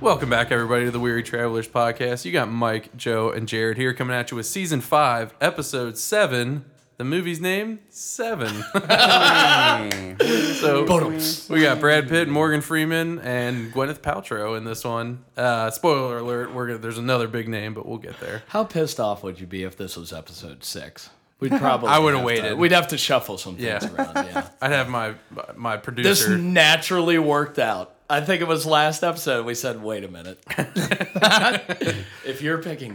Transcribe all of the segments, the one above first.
Welcome back, everybody, to the Weary Travelers podcast. You got Mike, Joe, and Jared here coming at you with season five, episode seven. The movie's name Seven. so we got Brad Pitt, Morgan Freeman, and Gwyneth Paltrow in this one. Uh, spoiler alert: we're gonna, there's another big name, but we'll get there. How pissed off would you be if this was episode six? We'd probably. I would've have to- waited. we'd have to shuffle some things Yeah. around. Yeah. I'd have my my this producer. naturally worked out. I think it was last episode we said, "Wait a minute, if you're picking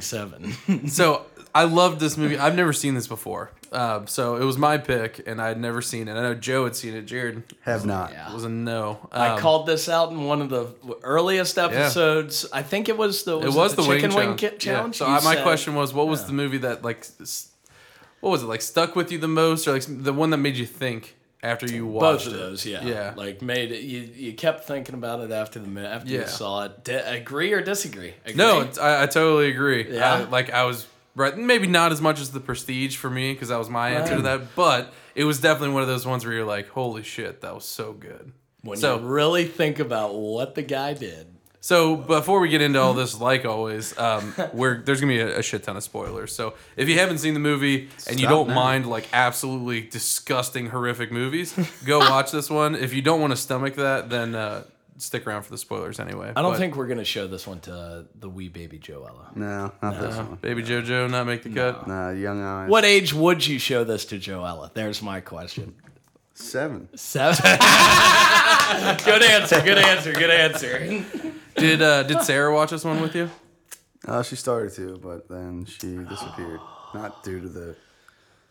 seven, so I loved this movie. I've never seen this before. Um, so it was my pick, and I had never seen it. I know Joe had seen it. Jared Have not. was a no. I Um, called this out in one of the earliest episodes. I think it was the It was the, the wing chicken wing, challenge. ki- challenge. Yeah. So You I, my said- question was, what was the movie that like, s- what was it like stuck with you the most, or like the one that made you think after you watched both of it? those, yeah, Yeah. like made it. You you kept thinking about it after the mi- after Yeah. you saw it. Di- agree or disagree? Agree? No, it's, I, I totally agree. Yeah? I- like I was right, maybe not as much as the Prestige for me because that was my answer to that, but it was definitely one of those ones where you're like, holy shit, that was so good. when so you really think about what the guy did. So before we get into all this, like always, um, we're, there's gonna be a, a shit ton of spoilers. So if you haven't seen the movie and you Stop don't now. mind like absolutely disgusting, horrific movies, go watch this one. If you don't want to stomach that, then uh, stick around for the spoilers anyway. I don't think we're gonna show this one to uh, the wee baby Joella. No, not this one. Baby JoJo not make the cut. No, young eyes. What age would you show this to Joella? There's my question. Seven. Seven. good answer. Good answer. Good answer. Did uh, did Sarah watch this one with you? Uh, she started to, but then she disappeared. Not due to the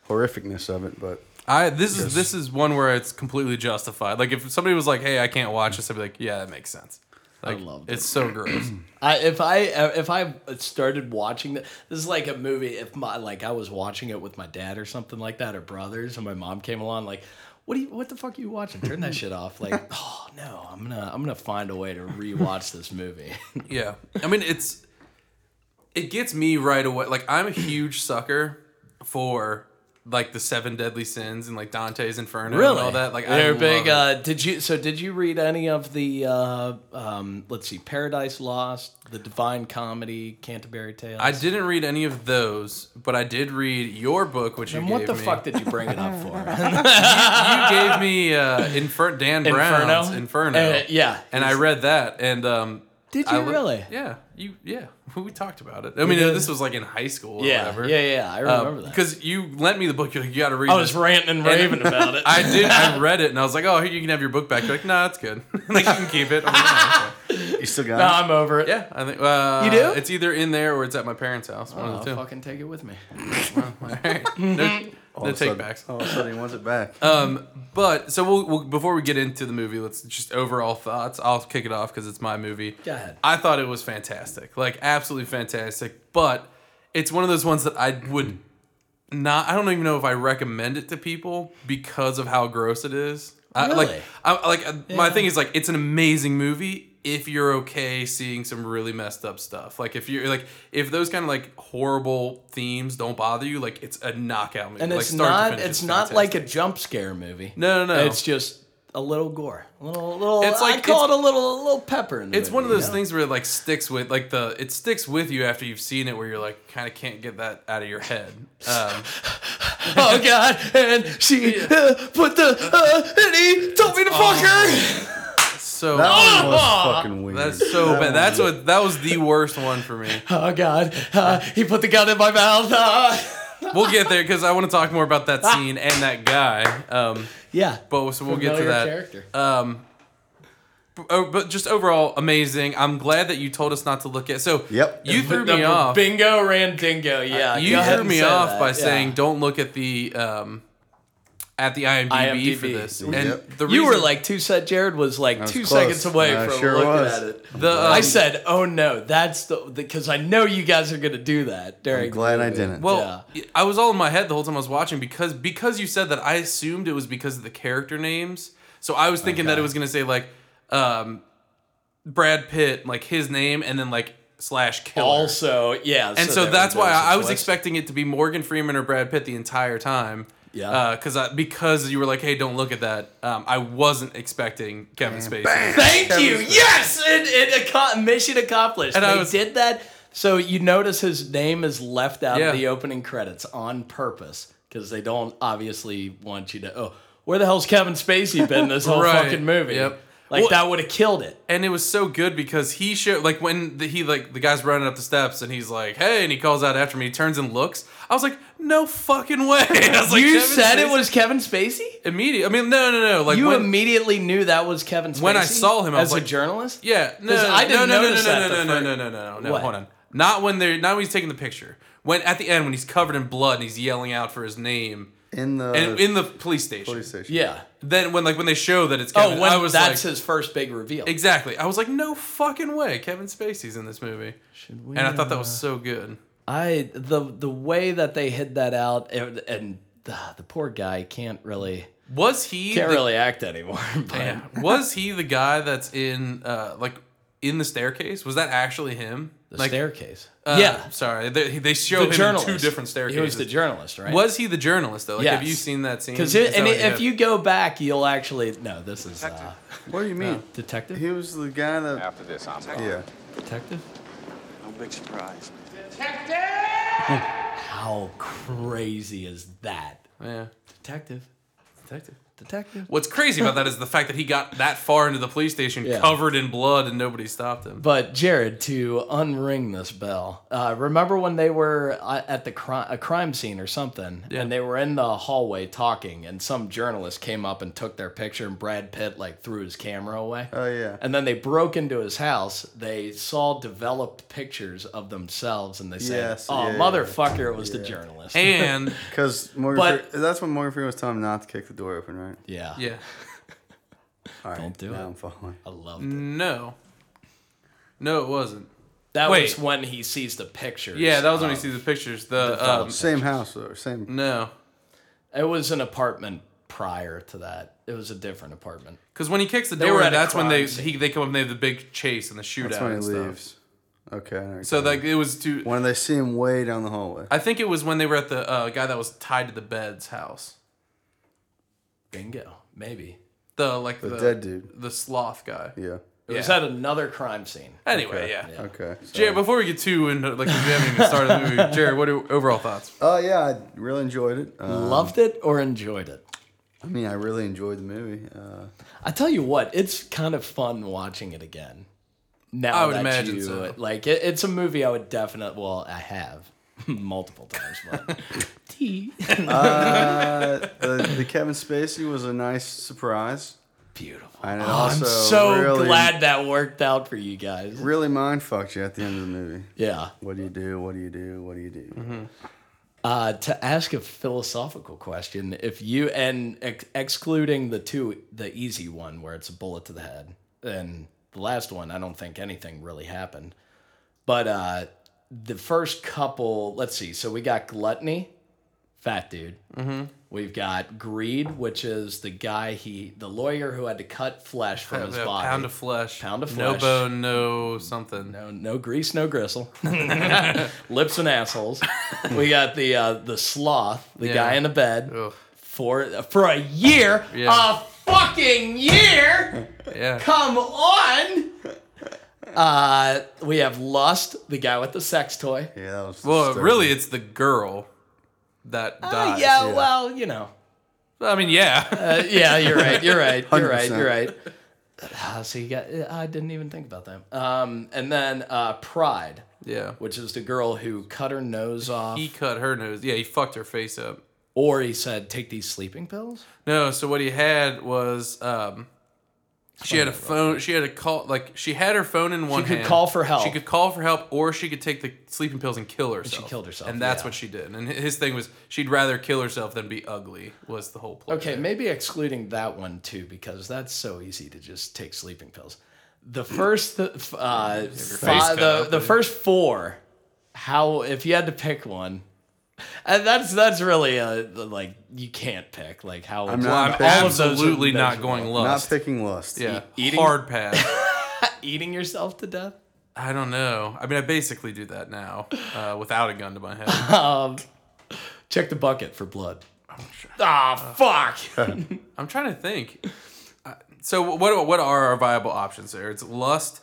horrificness of it, but I this is this is one where it's completely justified. Like if somebody was like, "Hey, I can't watch this," I'd be like, "Yeah, that makes sense." Like, loved it's so gross. I, if I uh, if I started watching this, this is like a movie. If my like I was watching it with my dad or something like that, or brothers, and my mom came along, like, what do you what the fuck are you watching? Turn that shit off. Like, oh no, I'm gonna I'm gonna find a way to rewatch this movie. Yeah. I mean, it's it gets me right away. Like I'm a huge sucker for like the seven deadly sins and like Dante's Inferno and all that. Like I they're love big. it. Uh, did you so did you read any of the uh, um, let's see, Paradise Lost, The Divine Comedy, Canterbury Tales? I didn't read any of those, but I did read your book, which And you what gave the me. fuck did you bring it up for? you gave me uh, Infer- Dan Brown's Inferno, Uh, yeah. and I read that. And um, Did I you li- really? Yeah, you yeah. We talked about it. I mean, did? this was like in high school. Or Yeah, whatever. Uh, yeah, yeah. I remember that. Oh, Because you lent me the book, you're like, you got to read. I this. was ranting and raving about it. I did. I read it and I was like, "Oh, here you can have your book back." You're like, "Nah, that's good. like you can keep it." I'm like, "Oh, okay." you still got no, it? I'm over it. Yeah, I think. Uh, You do? It's either in there or it's at my parents' house. One I'll of Oh, the two. fucking take it with me. All right. No, All no of a sudden- takebacks. All of a sudden, he wants it back. Um, but so we'll, we'll, before we get into the movie, let's just overall thoughts. I'll kick it off because it's my movie. Go ahead. I thought it was fantastic, like absolutely fantastic. But it's one of those ones that I would not. I don't even know if I recommend it to people because of how gross it is. I, like, Really? I, like uh, my thing is like it's an amazing movie if you're okay seeing some really messed up stuff. Like if you're like if those kind of like horrible themes don't bother you, like it's a knockout movie. And like, it's start to not finish, it's not fantastic. like a jump scare movie. No, no, no. It's just a little gore. A little little It's it's like I like- call it a little a little pepper in the It's movie, one of you those know? things where it like sticks with like the it sticks with you after you've seen it where you're like kind of can't get that out of your head. Um, Oh god, and she uh, put the uh, and he told me to fuck Oh. her. so That one was fucking weird. that's so bad. That's what that was the worst one for me. Oh god, uh, he put the gun in my mouth. Uh. We'll get there because I want to talk more about that scene and that guy. Um, Yeah. but so we'll get to Familiar that. character. Um, b- oh, but just overall amazing. I'm glad that you told us not to look at. So Yep. you But threw the me off. Bingo ran dingo. Yeah. Uh, you go ahead threw and me say off that, by yeah. saying don't look at the um at the IMDb, for IMDb. this. And Yep. the you were reason- like two sec. Jared was like was two close. seconds away I from sure looking was. at it. the um, I said, "Oh no, that's the because I know you guys are gonna do that." During I'm glad the I movie. didn't. well, I was all in my head the whole time I was watching because because you said that I assumed it was because of the character names. So I was thinking that it was gonna say like um Brad Pitt, like his name, and then like slash killer. Also, yeah, and so, that's why I, I was expecting expecting. it to be Morgan Freeman or Brad Pitt the entire time. Yeah. Because I because you were like, hey, don't look at that. Um, I wasn't expecting Kevin Spacey. Thank Kevin you. Spacey. Yes, and, and aco- mission accomplished. And they I was- did that. So you notice his name is left out Yeah. of the opening credits on purpose because they don't obviously want you to. Oh, where the hell's Kevin Spacey been this whole Right. fucking movie? Yep. Like Well- that would have killed it. and it was so good because he showed like when the, he like the guy's running up the steps and he's like hey and he calls out after me he turns and looks i was like no fucking way I was like, you "Kevin said it Spacey?" was Kevin Spacey. immediate i mean no no no like You when, immediately knew that was Kevin Spacey. When I saw him, I as was a like- journalist. yeah no 'Cause no, I no, didn't no, no, notice no, that no, the no, fir- no no no no no What? hold on not when they're not when he's taking the picture when at the end when he's covered in blood and he's yelling out for his name Uh, in the and in the police station police station. Yeah. then when like when they show that it's Oh, Kevin, when I was like, that's his first big reveal. exactly I was like no fucking way Kevin Spacey's in this movie we, uh, and I thought that was so good I the the way that they hid that out and, and the, the poor guy can't really was he can't the really act anymore. But Yeah. was he the guy that's in uh like in the staircase? Was that actually him? the like staircase. uh, yeah, Sorry, they, they show the him journalist. in two different staircases. He was the journalist, right? Was he the journalist though? Like, have Yes. you seen that scene? because Is that and what- it, yeah. if you go back, you'll actually no. This is uh, What do you mean? detective. He was the guy that. After this, I'm gone. Yeah. detective. No big surprise. How crazy is that? yeah, Detective. detective. Detective. What's crazy about that is the fact that he got that far into the police station, Yeah. covered in blood, and nobody stopped him. But Jared, to unring this bell, uh, remember when they were uh, at the cri- a crime scene or something, and they were in the hallway talking, and some journalist came up and took their picture, and Brad Pitt like threw his camera away. Oh yeah. And then they broke into his house. They saw developed pictures of themselves, and they said, Yes, "Oh, yeah, yeah, motherfucker, it was the journalist." And Because Morgan. But- Fre- that's when Morgan Freeman was telling him not to kick the door open, right? yeah, yeah, All right. Don't do now it. I'm following. I loved it. no, no, it wasn't. That Wait. was when he sees the pictures. Um, Yeah, that was when of- he sees the pictures. The um, developed. Same house though. Same. no, It was an apartment prior to that. It was a different apartment. because when he kicks the were door, at a that's when they crime scene. he, they come up and they have the big chase and the shootout. That's when and he stuff. leaves. Okay. I know what So you're talking like it was to. When they see him way down the hallway. I think it was when they were at the uh, guy that was tied to the bed's house. Bingo. Maybe. The like the, dead dude. the sloth guy. Yeah. It was Yeah. at another crime scene. Anyway, yeah. Okay. so- Jared, before we get too into like we haven't even started the movie, Jared, what are your overall thoughts? Oh yeah, I really enjoyed it. Uh, Loved it or enjoyed it? I mean, I really enjoyed the movie. Uh, I tell you what, it's kind of fun watching it again. Now I would that imagine you so. like, it, it's a movie I would definitely. Well, I have multiple times, but uh, the, the Kevin Spacey was a nice surprise, beautiful. and it Oh, also I'm so really, glad that worked out for you guys. really mind fucked you at the end of the movie. Yeah. What do you do? What do you do? What do you do? Mm-hmm. Uh, to ask a philosophical question, if you and ex- excluding the two, the easy one where it's a bullet to the head, and the last one, I don't think anything really happened. But uh, the first couple, let's see. So we got gluttony, fat dude. Mm-hmm. We've got greed, which is the guy he, the lawyer who had to cut flesh from his Yeah, body. Pound of flesh. Pound of No flesh. bone, no something. No, no grease, no gristle. Lips and assholes. We got the uh, the sloth, the Yeah. guy in the bed Ugh. for for a year, Yeah. a fucking year. Yeah. Come on. Uh, we have lust, the guy with the sex toy. Yeah, that was. Well, disturbing. really, it's the girl that Uh, dies. yeah, yeah. well, you know. I mean, yeah. Uh, yeah, you're right. You're right. You're right. 100%. You're right. Uh, so you got. I didn't even think about that. Um, and then uh, pride, yeah. which is the girl who cut her nose off. He cut her nose. Yeah, he fucked her face up. Or he said, take these sleeping pills. No, so what he had was um she had a phone she had a call like she had her phone in one could hand. call for help. She could call for help or she could take the sleeping pills and kill herself. killed herself, And that's yeah. what she did. And hi- his thing was she'd rather kill herself than be ugly was the whole play. Okay, maybe excluding that one too, because that's so easy to just take sleeping pills. The first, th- f- uh, fi- cut the, up, the first four, how if you had to pick one, and that's that's really a like you can't pick like how I'm Well, not I'm picking, all of those are absolutely not miserable. going not lust. picking lust. yeah. eating- Hard pass. eating yourself to death. I don't know. I mean I basically do that now, uh, without a gun to my head. Check the Um, bucket for blood. Oh, Ah, Uh, fuck. I'm trying to think. Uh, So what what are our viable options there? It's lust,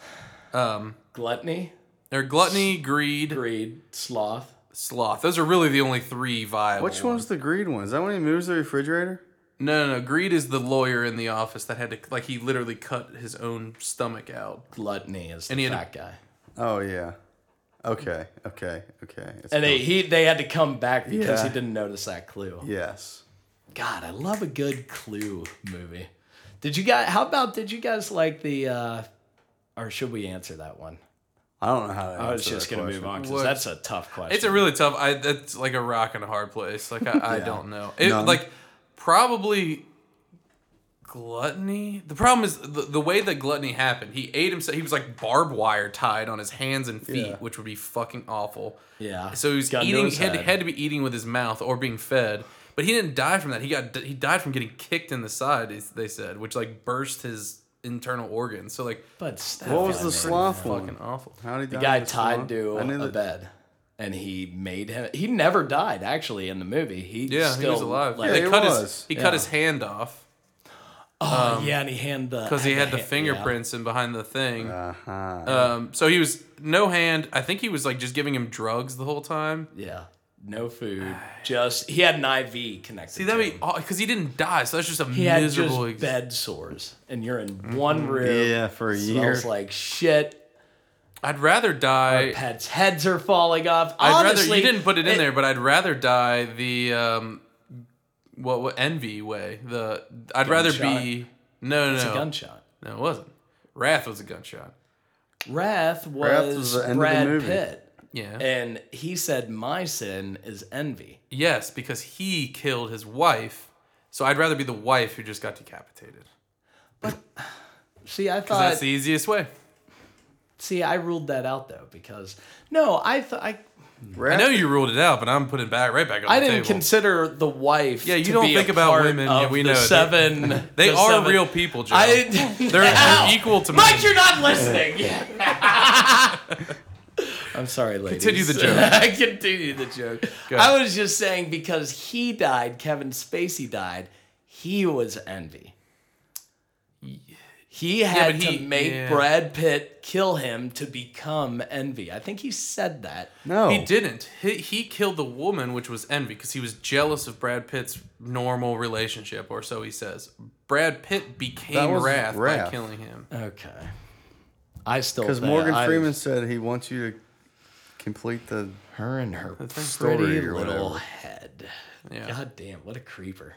um, Gluttony, or gluttony, greed, greed, sloth. sloth. Those are really the only three viable. Which one's the greed one? Is that when he moves the refrigerator? No, no, no. Greed is the lawyer in the office that had to like he literally cut his own stomach out. Gluttony is the And he had fat guy. Oh yeah. Okay. Okay. Okay. It's And they he they had to come back because Yeah. he didn't notice that clue. Yes. God, I love a good clue movie. Did you guys? How about did you guys like the? uh Or should we answer that one? I don't know how. To I was answer just that gonna question. move on because What- that's a tough question. It's a really tough. I that's like a rock and a hard place. Like I, I Yeah. don't know. It None. like probably gluttony. The problem is the, the way that gluttony happened. He ate himself. He was like barbed wire tied on his hands and feet, Yeah. which would be fucking awful. yeah. So he was Gun to eating. his He had, to, head. had to be eating with his mouth or being fed. But he didn't die from that. He got he died from getting kicked in the side. is- They said, which like burst his internal organs. So like But still, What was I the mean, sloth fucking one? awful. Hmm. How did he The die guy with tied sloth? to I knew a that- bed, and he made him. He never died actually in the movie. He Yeah, still, he was alive. Like, they Yeah, he cut his was. he cut Yeah. his hand off. oh, yeah, and he hand the because he had the hand- fingerprints and behind the thing. Uh-huh. Um, so he was no hand. I think he was like just giving him drugs the whole time. Yeah, yeah. no food. Just he had an IV connected. See, to that'd him. be because he didn't die. So that's just a He had miserable. ex- just Mm-hmm. bed sores, and you're in one room. Yeah, for a year. smells like shit. I'd rather die. Pets' heads are falling off. I'd Honestly, rather you didn't put it in there, but I'd rather die the um, what what envy way. The I'd rather be no no It's no a gunshot. no it wasn't. Wrath was a gunshot. Wrath was, was the end of the Brad movie. Pitt, Yeah. and he said, "My sin is envy." yes, because he killed his wife. So I'd rather be the wife who just got decapitated. See, I 'Cause thought. that's the easiest way. See, I ruled that out though because no, I th- I, I know you ruled it out, but I'm putting back right back on I the didn't table. consider the wife. Yeah, you to don't be think a about part women, Of yeah, we the know. They- seven. they the are seven- real people, Joe. I didn't. they're, Ow! they're equal to Mike, me. you're not listening. I'm sorry, ladies. Continue the joke. I continue the joke. Go. I was just saying because he died, Kevin Spacey died. He was envy. He had but to he- make yeah. Brad Pitt kill him to become envy. I think he said that. no. He didn't. He, he killed the woman, which was envy, because he was jealous of Brad Pitt's normal relationship, or so he says. Brad Pitt That became was Wrath, by Wrath. killing him. Okay. I still Because think- Morgan I- Freeman said he wants you to complete the. her and her story pretty or little whatever. head. Yeah. God damn, what a creeper.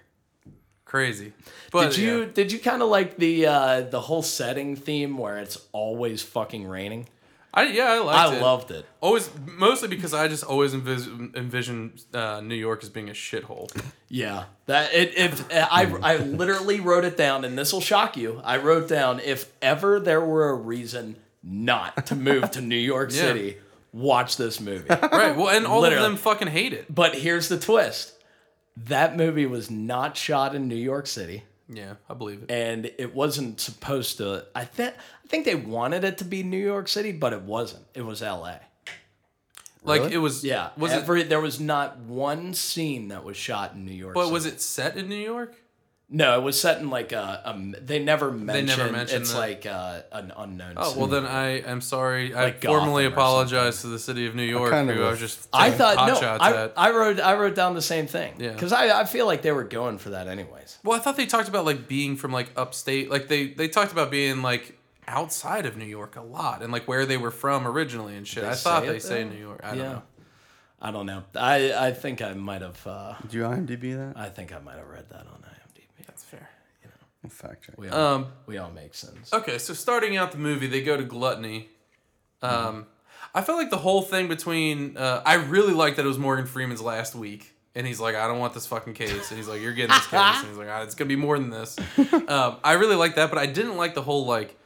Crazy. But Did you yeah. did you kind of like the uh, the whole setting theme where it's always fucking raining? I, yeah, I liked I it. loved it. Always, mostly because I just always envis- envision uh, New York as being a shithole. Yeah, that it, if I I literally wrote it down, and this will shock you. I wrote down if ever there were a reason not to move to New York Yeah. City, watch this movie. right. Well, and all Literally. of them fucking hate it. but here's the twist: that movie was not shot in New York City. Yeah, I believe it. and it wasn't supposed to. I think I think they wanted it to be New York City, but it wasn't. It was L.A. Like it was. Yeah, Was it? every, there was not one scene that was shot in New York. But City. was it set in New York? No, it was set in like a. Um, they never mentioned. mentioned it's that. like uh, an unknown. Oh city. well, then I am sorry. Like I formally Gotham or apologize to the city of New York, kind of who I was was- just I taking pot thought no. shots I, at. I wrote I wrote down the same thing. Yeah. because I, I feel like they were going for that anyways. well, I thought they talked about like being from like upstate. Like they they talked about being like outside of New York a lot and like where they were from originally and shit. I thought say it they say though? New York. I don't yeah, know. I don't know. I I think I might have. Uh, Did you IMDb that? I think I might have read that on IMDb. That's fair. I'll fact check. We all, Um. we all make sense. Okay. So starting out the movie, they go to gluttony. Um. I felt like the whole thing between uh, I really liked that it was Morgan Freeman's last week, and he's like, I don't want this fucking case, and he's like, You're getting this case, and he's like, "Ah, It's gonna be more than this. Um, I really liked that, but I didn't like the whole like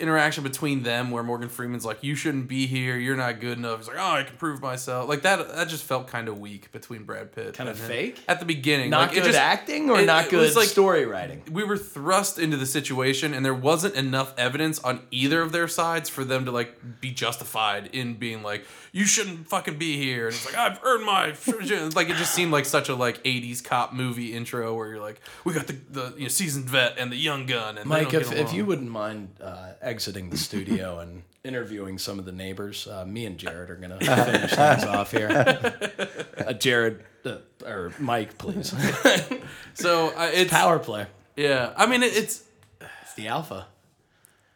interaction between them where Morgan Freeman's like, "You shouldn't be here. You're not good enough." He's like, "Oh, I can prove myself." Like that. That just felt kind of weak between Brad Pitt. Kinda and him. fake? at the beginning. Not like, it good just- acting or it- not it good was like- story writing. we were thrust into the situation and there wasn't enough evidence on either of their sides for them to like be justified in being like you shouldn't fucking be here and it's like i've earned my it's like it just seemed like such a like 80s cop movie intro where you're like we got the, the you know seasoned vet and the young gun and they Mike, don't if, get if you along. wouldn't mind uh, exiting the studio and interviewing some of the neighbors, uh, me and Jared are going to finish things off here. Uh, Jared, uh, or Mike, please. so I it's Power play. yeah i mean it, it's It's the alpha.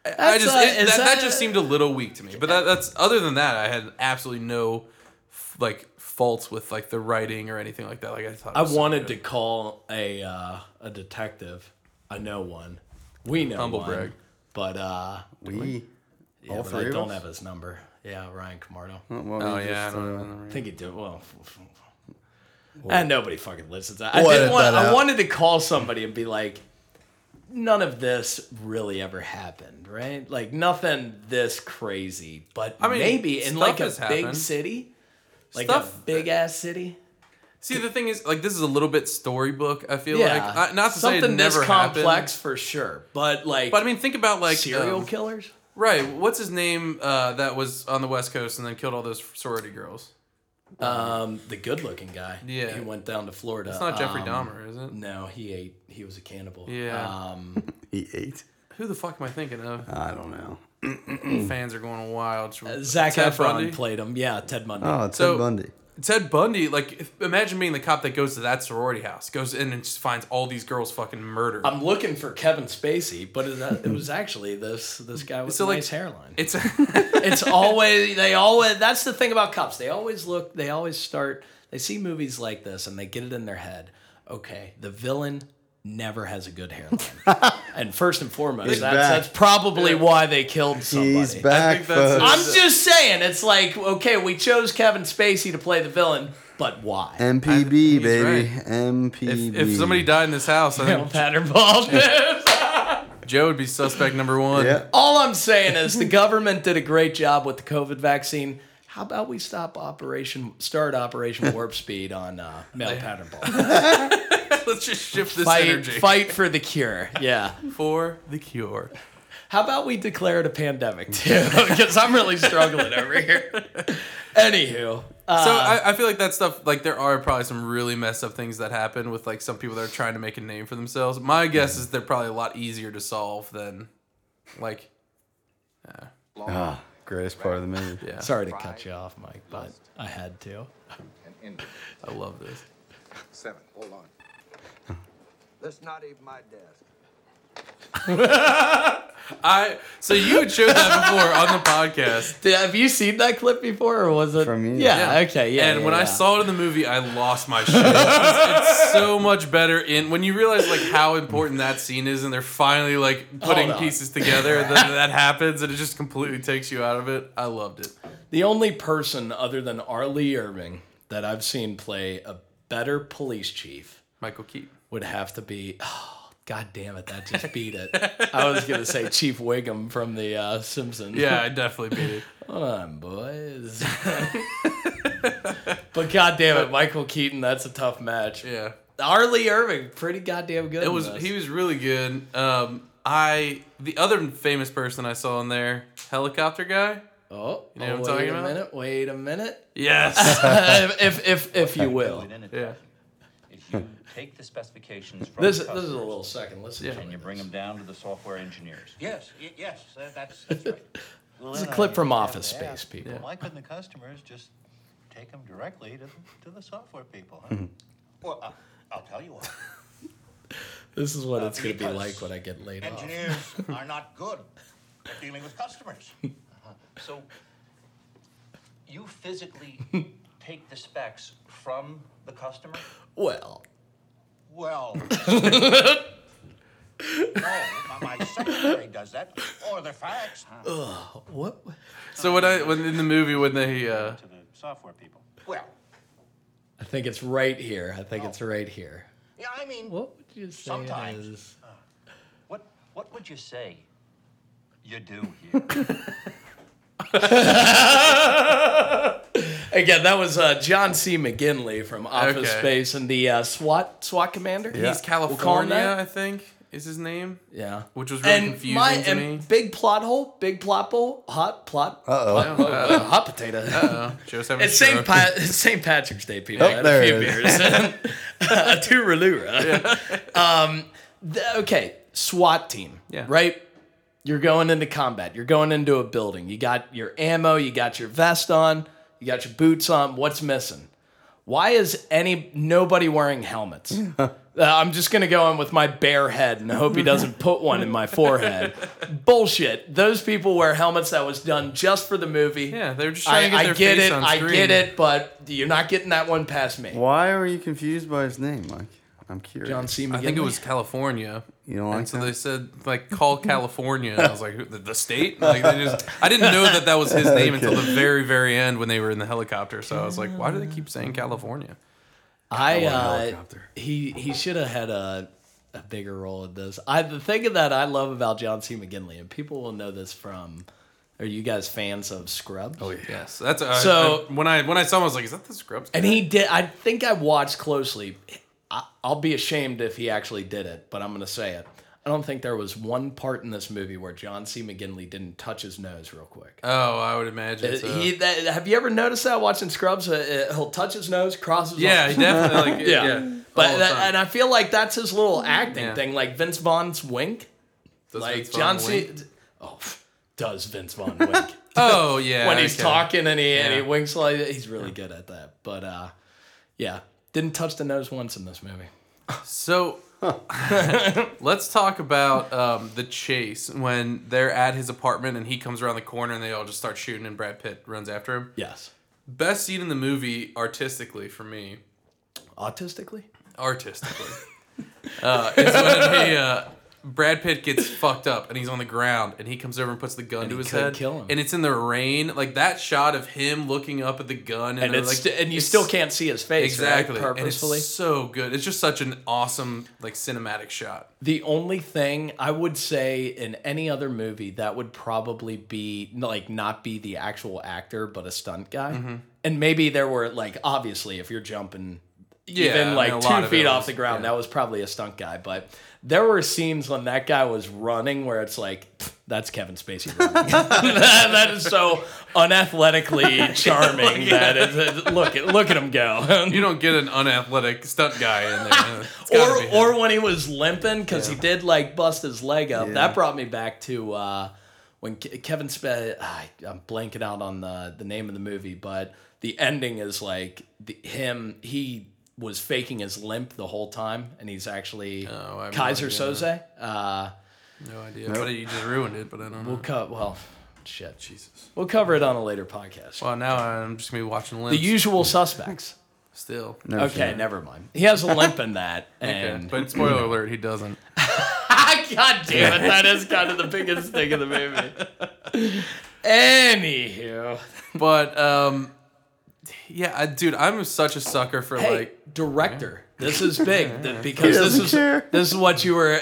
I That's, just uh, it, is that, that, that- just seemed a little weak to me. But that, that's other than that, I had absolutely no f- like faults with like the writing or anything like that. Like I thought, it I was so wanted to good. call a uh, a detective. I know one. We know Humble one. brag. But uh, We. yeah, All but three I of don't us? have his number. Yeah, Ryan Camardo. Well, Oh we yeah, I just, don't uh, remember. I think he did well. and nobody fucking listens. To that. I We'll did edit want. that I out. wanted to call somebody and be like, none of this really ever happened, right? Like nothing this crazy. But mean, maybe in stuff like a has big happened. city, like a Stuff- uh, big ass city. See, the thing is, like, this is a little bit storybook. I feel Yeah, like, I, not to something say it never this complex for sure. But like, happened, but I mean, think about like serial um, killers. right? What's his name uh, that was on the West Coast and then killed all those sorority girls? Um, the good-looking guy. uh, Yeah. he went down to Florida. It's not Jeffrey Um, Dahmer, is it? No, he ate. He was a cannibal. Yeah. Um, He ate. Who the fuck am I thinking of? I don't know. Hmm. Fans are going wild. Zach Ted Efron Bundy? played him. Yeah, Ted Bundy. Oh, Ted So- Bundy. Ted Bundy, like, if- imagine being the cop that goes to that sorority house, goes in and just finds all these girls fucking murdered. I'm looking for Kevin Spacey, but it, uh, it was actually this this guy with So, a like, nice hairline. it's It's always they always that's the thing about cops. They always look. They always start. They see movies like this and they get it in their head. Okay, the villain never has a good hairline. and first and foremost, He's that's, back. that's probably why they killed somebody. He's back, think that's it. folks. I'm just saying, it's like okay, we chose Kevin Spacey to play the villain, but why? MPB, he's baby. right. MPB. E if, if somebody died in this house, I Male think pattern baldness. Joe would be suspect number one. Yeah. All I'm saying is the government did a great job with the COVID vaccine. How about we stop Operation Start Operation Warp Speed on uh, male pattern baldness? Let's just shift this Fight, energy fight for the cure. Yeah. for the cure. How about we declare it a pandemic too? Because I'm really struggling over here. Anywho, uh, So I, I feel like that stuff, like there are probably some really messed up things that happen with like some people that are trying to make a name for themselves. My guess is they're probably a lot easier to solve than, like, Ah, greatest part of the movie. yeah. sorry to cut you off, Mike, but I had to. and ended. I love this. Seven. Hold on. That's not even my desk. I so you had showed that before on the podcast. Did, have you seen that clip before, or was it From you. Yeah. Okay. Yeah. And yeah, when I yeah. saw it in the movie, I lost my shit. it's, it's so much better in when you realize like how important that scene is, and they're finally like putting Hold on. pieces together. and then that happens, and it just completely takes you out of it. I loved it. The only person other than R. Lee Irving that I've seen play a better police chief Michael Keaton. would have to be. Oh, God damn it, that just beat it. I was going to say Chief Wiggum from The uh, Simpsons. Yeah, I definitely beat it. Come on, boys. but God damn it, Michael Keaton, that's a tough match. Yeah. R. Lee Irving, pretty goddamn good. It was he was really good. Um, I the other famous person I saw in there, helicopter guy. Oh, know what I'm wait talking a about? minute. Wait a minute. Yes. if, if, if you will. Within it. yeah. If you take the specifications from This, the this is a customers little second. Listen Yeah. to and you it. bring them down to the software engineers. Yes, y- yes, uh, tha- that's, that's right. Well, This is a then clip I from have Office to Space, ask, people. Why couldn't the customers just take them directly to, the- to the software people? Mm-hmm. Huh? well, uh, I, I'll tell you what. This is what it's going to be because like when I get laid off. Engineers are not good at dealing with customers. Uh-huh. So you physically take the specs from the customer? Well, Well, no, my my secretary does that, or the fax. uh, what? So when I when in the movie when they uh, To the software people. Well, I think it's right here. I think Oh. it's right here. yeah, I mean, What would you say? Sometimes. is- What, what would you say you do here. Again, that was uh, John C. McGinley from Office Okay. Space and the uh, SWAT SWAT commander. Yeah. He's We'll call him California, that. I think, is his name. Yeah. Which was really and confusing my, to and me. Big plot hole, big plot hole, hot plot. Uh Oh, uh, hot potato. Uh-oh. Oh, Joe's having It's a stroke. St. Pa- it's St. Patrick's Day, people. Oh, I had there a few it beers. a two Relura. um, th- okay, SWAT team. Yeah. Right? You're going into combat. You're going into a building. You got your ammo. You got your vest on. You got your boots on. What's missing? Why is any nobody wearing helmets? Uh, I'm just gonna go in with my bare head and hope he doesn't put one in my forehead. Bullshit. Those people wear helmets. That was done just for the movie. Yeah, they were just I, trying to get I their get face it. on I screen. get it, but you're not getting that one past me. Why are you confused by his name, Mike? I'm curious. John C. I think it McGinley. was California. You don't and like so that? they said like call California. And I was like "Who- the, the state. Like they just I didn't know that that was his name until the very very end when they were in the helicopter. So I was like, why do they keep saying California? I uh, helicopter. he he should have had a a bigger role in this. I the thing that I love about John C. McGinley, and people will know this from. Are you guys fans of Scrubs? Oh yeah. Yes, that's uh, So- I- when I when I saw him, I was like, is that the Scrubs? And he did. I think I watched closely. I, I'll be ashamed if he actually did it, but I'm going to say it. I don't think there was one part in this movie where John C. McGinley didn't touch his nose real quick. oh, I would imagine. So. Uh, He, that, have you ever noticed that watching Scrubs? Uh, uh, he'll touch his nose, cross his yeah, arms. he definitely. Like, yeah. yeah. But all the that, time. and I feel like that's his little acting Yeah. thing, like Vince Vaughn's wink. Does like Vince Vaughn John C. wink? Oh, pff, does Vince Vaughn wink Oh yeah. when he's okay. talking and he and he Yeah. winks like that? He's really good at that. But uh, yeah, didn't touch the nose once in this movie. So let's talk about um, the chase when they're at his apartment and he comes around the corner and they all just start shooting and Brad Pitt runs after him. Yes, Best scene in the movie artistically for me, autistically. artistically, uh, is when he, uh, Brad Pitt gets fucked up and he's on the ground and he comes over and puts the gun to he his could head kill him. and it's in the rain like that shot of him looking up at the gun and, And they're it's like, st- and you it's- still can't see his face exactly exactly right? and purposefully. it's so good it's just such an awesome like cinematic shot The only thing I would say in any other movie that would probably be like not be the actual actor but a stunt guy, Mm-hmm. and maybe there were like obviously if you're jumping Yeah, I even mean, like a lot two of feet it off was- the ground, yeah. that was probably a stunt guy. But there were scenes when that guy was running where it's like "Pfft, that's Kevin Spacey. Running. that, that is so unathletically charming. That is, look at look at him go. you don't get an unathletic stunt guy in there It's gotta or be him. or when he was limping because he did like bust his leg up. That brought me back to uh, when Ke- Kevin Spacey. I'm blanking out on the the name of the movie, but the ending is like the, him. He was faking his limp the whole time, and he's actually Oh, I have no Kaiser idea. Soze. Uh, no idea but you just ruined it but i don't know we'll co- well, shit, Jesus. We'll cover it on a later podcast. well now i'm just gonna be watching the limbs usual suspects. still Never seen Okay, it. never mind. He has a limp in that, Okay. and But spoiler alert, he doesn't. God damn it, that is kind of the biggest thing in the movie. Anywho. But um, yeah, I, dude, I'm such a sucker for Hey, like. director. This is big th- because this doesn't is care. this is what you were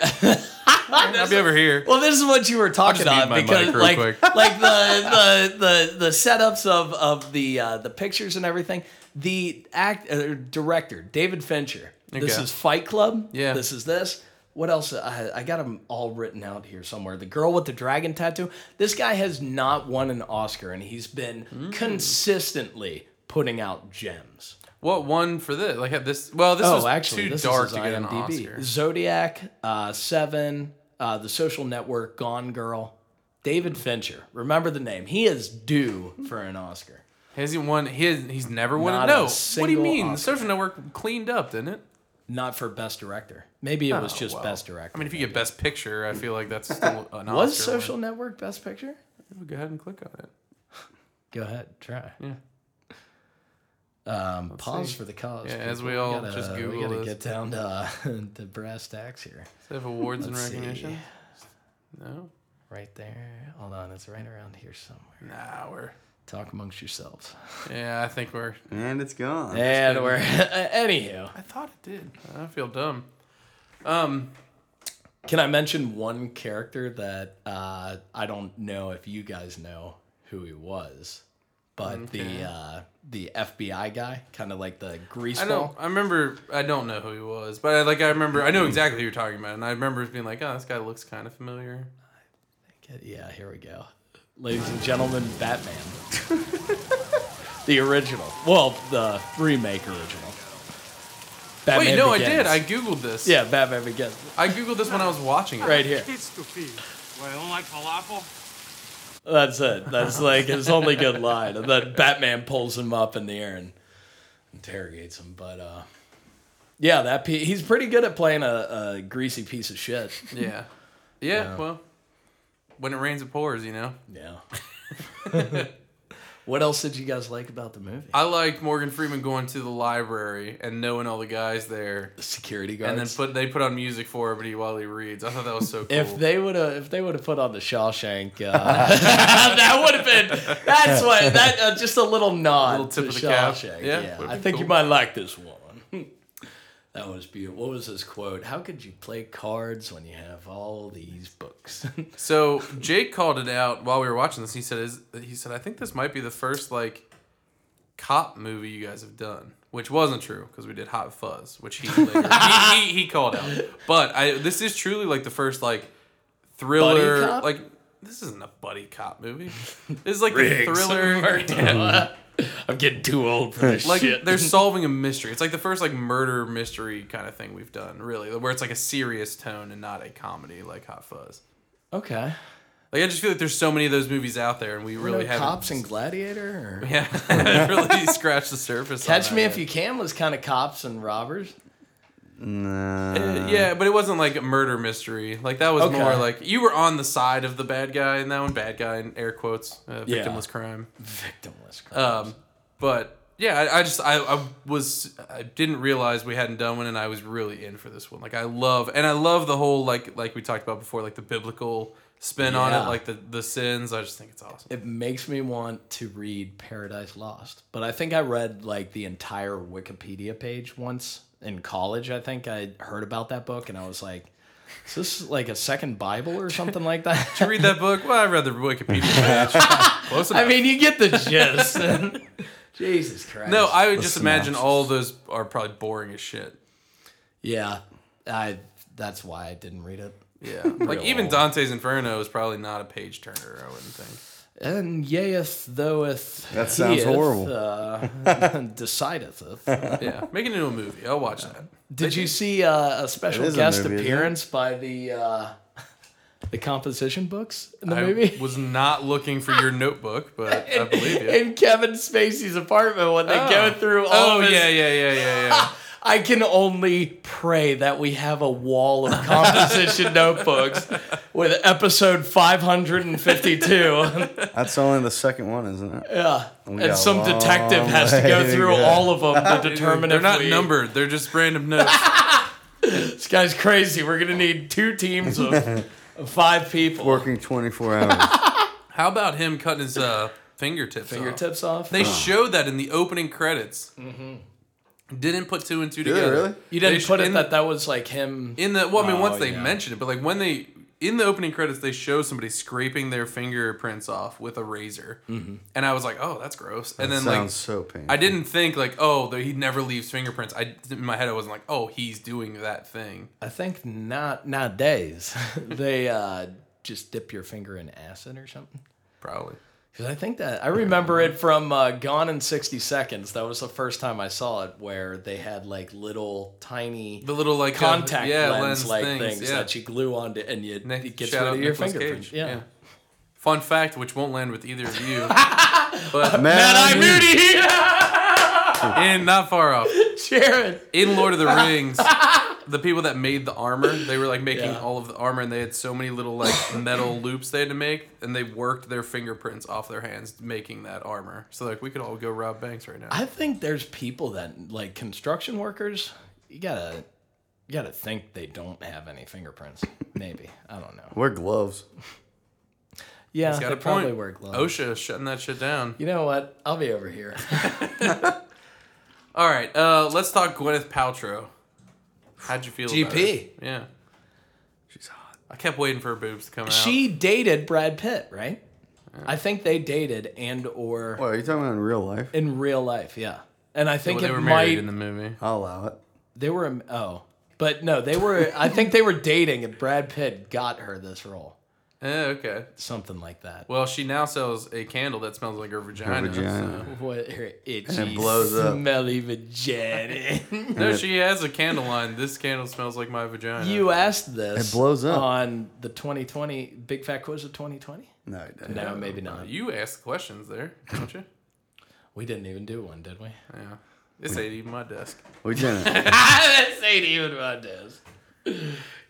I'll be over here. Well, this is what you were talking mute on my because mic real like quick. like the, the the the setups of of the uh, the pictures and everything. The act uh, director David Fincher. This Okay. is Fight Club. Yeah. This is this. What else? I, I got them all written out here somewhere. The girl with the dragon tattoo. This guy has not won an Oscar, and he's been Mm. consistently putting out gems. What one for this? Like this? Well, this was too Oh, this is dark his to get an IMDb. Oscar. Zodiac, uh, Seven, uh, The Social Network, Gone Girl, David Fincher. Remember the name. He is due for an Oscar. Has he won? He has, he's never won. Not it. a No. What do you single mean? The Oscar. Social Network cleaned up, didn't it? Not for Best Director. Maybe it was Oh, just well. Best Director. I mean, if you get Best Picture, I feel like that's still an Oscar. was win. Social Network Best Picture? Go ahead and click on it. Go ahead, try. Yeah. Um, pause for the cause. Yeah, people. as we all gotta- just we Google gotta this. get down to uh, the brass tacks here. Does it have awards and Let's see. recognition? No. Right there. Hold on, it's right around here somewhere. Nah, we're. Talk amongst yourselves. Yeah, I think we're. And it's gone. Eh. And we're anywho. I thought it did. I feel dumb. Um, Can I mention one character that uh, I don't know if you guys know who he was, but the uh, the FBI guy, kind of like the I know. greaseball. I remember. I don't know who he was, but I like. I remember. I know Mm-hmm. exactly who you're talking about, and I remember being like, "Oh, this guy looks kind of familiar." Yeah, here we go, ladies and gentlemen, Batman, the original. Well, the remake original. Batman Wait, no, I Begins. did. I googled this. yeah, Batman Begins, I googled this when I was watching it. right here. Kids to feed. Well, they don't like falafel? That's it. That's like his only good line. And then Batman pulls him up in the air and interrogates him. But uh, yeah, that pe- he's pretty good at playing a, a greasy piece of shit. Yeah. yeah. Well, when it rains, it pours. You know. Yeah. what else did you guys like about the movie? I liked Morgan Freeman going to the library and knowing all the guys there, The security and guards. then put they put on music for everybody while he reads. I thought that was so cool. if they would have, if they would have put on the Shawshank, uh, that would have been. That's what. That uh, just a little nod. little tip to of the cap. Shawshank. Yeah, Yeah, would've I been think you cool. might like this one. that was beautiful. What was his quote? How could you play cards when you have all these books? So Jake called it out while we were watching this. He said, "Is he said I think this might be the first like cop movie you guys have done." Which wasn't true because we did Hot Fuzz, which he, later, he, he he called out. But I this is truly like the first like thriller cop? like this isn't a buddy cop movie. This is like the Riggs. thriller. I'm getting too old for this Like shit. they're solving a mystery. It's like the first like murder mystery kind of thing we've done, really, where it's like a serious tone and not a comedy like Hot Fuzz. Okay. Like I just feel like there's so many of those movies out there, and we really no haven't. cops and Gladiator. Or... Yeah, it really scratched the surface. on Catch that Me one. If You Can was kind of cops and robbers. Nah. Yeah, but it wasn't like a murder mystery. Like that was Okay. more like you were on the side of the bad guy in that one. Bad guy in air quotes, uh, Yeah. victimless crime. Victimless. Crimes. Um, but yeah, I, I just I, I was I didn't realize we hadn't done one, and I was really in for this one. Like I love and I love the whole like like we talked about before, like the biblical spin on Yeah. it, like the the sins. I just think it's awesome. it makes me want to read Paradise Lost. But I think I read like the entire Wikipedia page once in college. I think I heard about that book and I was like, is this like a second Bible or something like that? Read that book. Well, I read the Wikipedia page. Close enough. I mean, you get the gist. Jesus Christ. no, I would just Listen imagine up. all those are probably boring as shit. yeah, I. That's why I didn't read it. Yeah, like even Dante's Inferno is probably not a page turner. I wouldn't think. And yeeth thougheth. That sounds heeth, horrible. Uh, decideth. Yeah, make it into a movie. I'll watch that. Did you see uh, a It special is a guest movie, isn't it? appearance by the uh, the composition books in the I movie? was not looking for your notebook, but I believe you. in Kevin Spacey's apartment when they go through all Oh of his, yeah, yeah, yeah, yeah, yeah. I can only pray that we have a wall of composition notebooks with episode 552. That's only the second one, isn't it? yeah. We And got some a detective long has to way go to through go. all of them to determine They're if not we- numbered. They're just random notes. This guy's crazy. We're going to need two teams of, of five people. Working 24 hours. How about him cutting his uh, fingertips? off? Fingertips off. They showed that in the opening credits. Didn't put two and two they together. really? You didn't They sh- put in- it that that was like him. in the well, I mean, Oh, once they yeah. mention it, but like when they in the opening credits, they show somebody scraping their fingerprints off with a razor, and I was like, oh, that's gross. and then sounds like so painful. I didn't think like, oh, the, he never leaves fingerprints. I in my head I wasn't like, oh, he's doing that thing. I think not nowadays they uh, just dip your finger in acid or something. Probably. Because I think that I remember it from uh, Gone in sixty seconds. That was the first time I saw it, where they had like little tiny The little like uh, contact yeah, lens, like things, things, yeah. that you glue onto, and you Nick- it gets shout rid out of your Nicolas fingerprint. Cage. Yeah. Fun fact, which won't land with either of you, but Mad Eye Moody. and not far off. Jared. In Lord of the Rings, the people that made the armor, they were like making Yeah. all of the armor, and they had so many little like metal loops they had to make, and they worked their fingerprints off their hands making that armor. So like we could all go rob banks right now. I think there's people that like construction workers. You gotta, you gotta think they don't have any fingerprints. Maybe I don't know. Wear gloves. Yeah, He's got they a point. probably wear gloves. OSHA is shutting that shit down. You know what? I'll be over here. All right, uh, let's talk Gwyneth Paltrow. How'd you feel? about GP. her? Yeah. She's hot. I kept waiting for her boobs to come out. She dated Brad Pitt, right? I think they dated and or What, are you talking about in real life? in real life, yeah. And I think Well, they it were married might in the movie. I'll allow it. they were oh, but no, they were. I think they were dating, and Brad Pitt got her this role, Eh, okay. something like that. Well, she now sells a candle that smells like her vagina. vagina. so- What her itchy, it blows up. smelly vagina. No, she has a candle line. This candle smells like my vagina. you asked this. It blows up. on the 2020 Big Fat Quiz of 2020. No, it doesn't. No, maybe not. you ask questions there, don't you? We didn't even do one, did we? Yeah. This ain't even my desk. We didn't. That's ain't even what it is.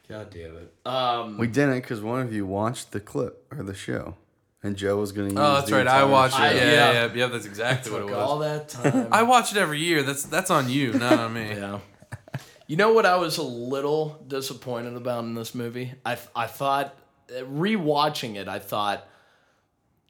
God damn it. Um, we didn't because one of you watched the clip or the show, and Joe was going to use. Oh, that's the right. I entire watched it. show. Yeah, I- yeah, yeah. yeah. yeah, that's exactly what it took was. all that time. I watch it every year. That's that's on you, not on me. yeah. You know what I was a little disappointed about in this movie? I, I thought, uh, rewatching it, I thought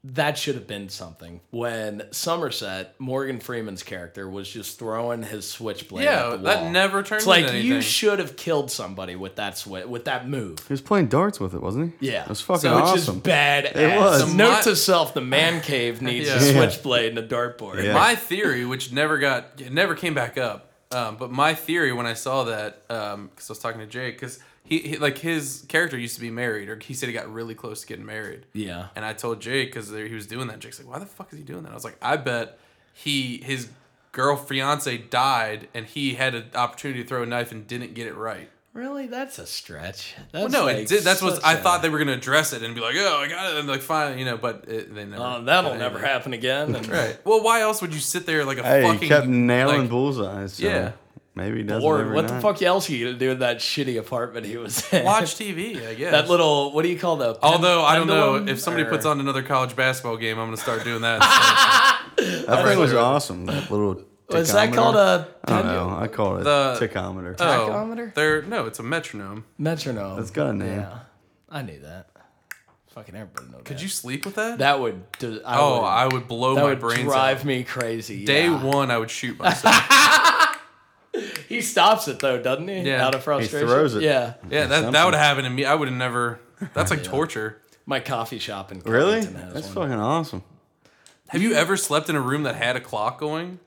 that should have been something. When Somerset, Morgan Freeman's character, was just throwing his switchblade at Yeah, the wall. that never turned It's like into you anything. should have killed somebody with that swi- with that move. He was playing darts with it, wasn't he? Yeah, it was fucking so awesome. Which is badass. It was. So My- note to self: the man cave needs Yeah. a Yeah. switchblade and a dartboard. Yeah. My theory, which never got, it never came back up. Um, but my theory when I saw that, because I was talking to Jake, because he, he, like his character used to be married, or he said he got really close to getting married. Yeah. And I told Jake because he was doing that. Jake's like, "Why the fuck is he doing that?" I was like, "I bet he his girl fiance died, and he had an opportunity to throw a knife and didn't get it right." Really, that's a stretch. Well, That's no, like it did. That's what such I a- thought they were gonna address it and be like, "Oh, I got it," and like, "Fine," you know. But it, they never. Oh, that'll got never anything. happen again. And Right. Well, why else would you sit there like a Hey, fucking he kept nailing like- bullseyes. So Yeah. maybe he does. Or it every what the night. fuck else are you gonna do in that shitty apartment he was in? watch TV, I guess. that little. What do you call the? pen- Although I don't know pendulum? if somebody Or- puts on another college basketball game, I'm gonna start doing that. That thing was awesome. That little. Was that tachometer. called a I don't know. I call it The- Oh. a tachometer. Tachometer? There, no, it's a metronome. metronome? it's got a name. Yeah, I knew that. Fucking everybody knows. Could you sleep with that? That would. do- I oh, would, I would blow that my would brains drive out. me crazy. Day yeah. one, I would shoot myself. He stops it though, doesn't he? Yeah. Out of frustration. throws it. Yeah. yeah, that that would happen to me. I would have never. That's like torture. My coffee shop in Really? Covington has That's one. fucking awesome. Have you ever slept in a room that had a clock going?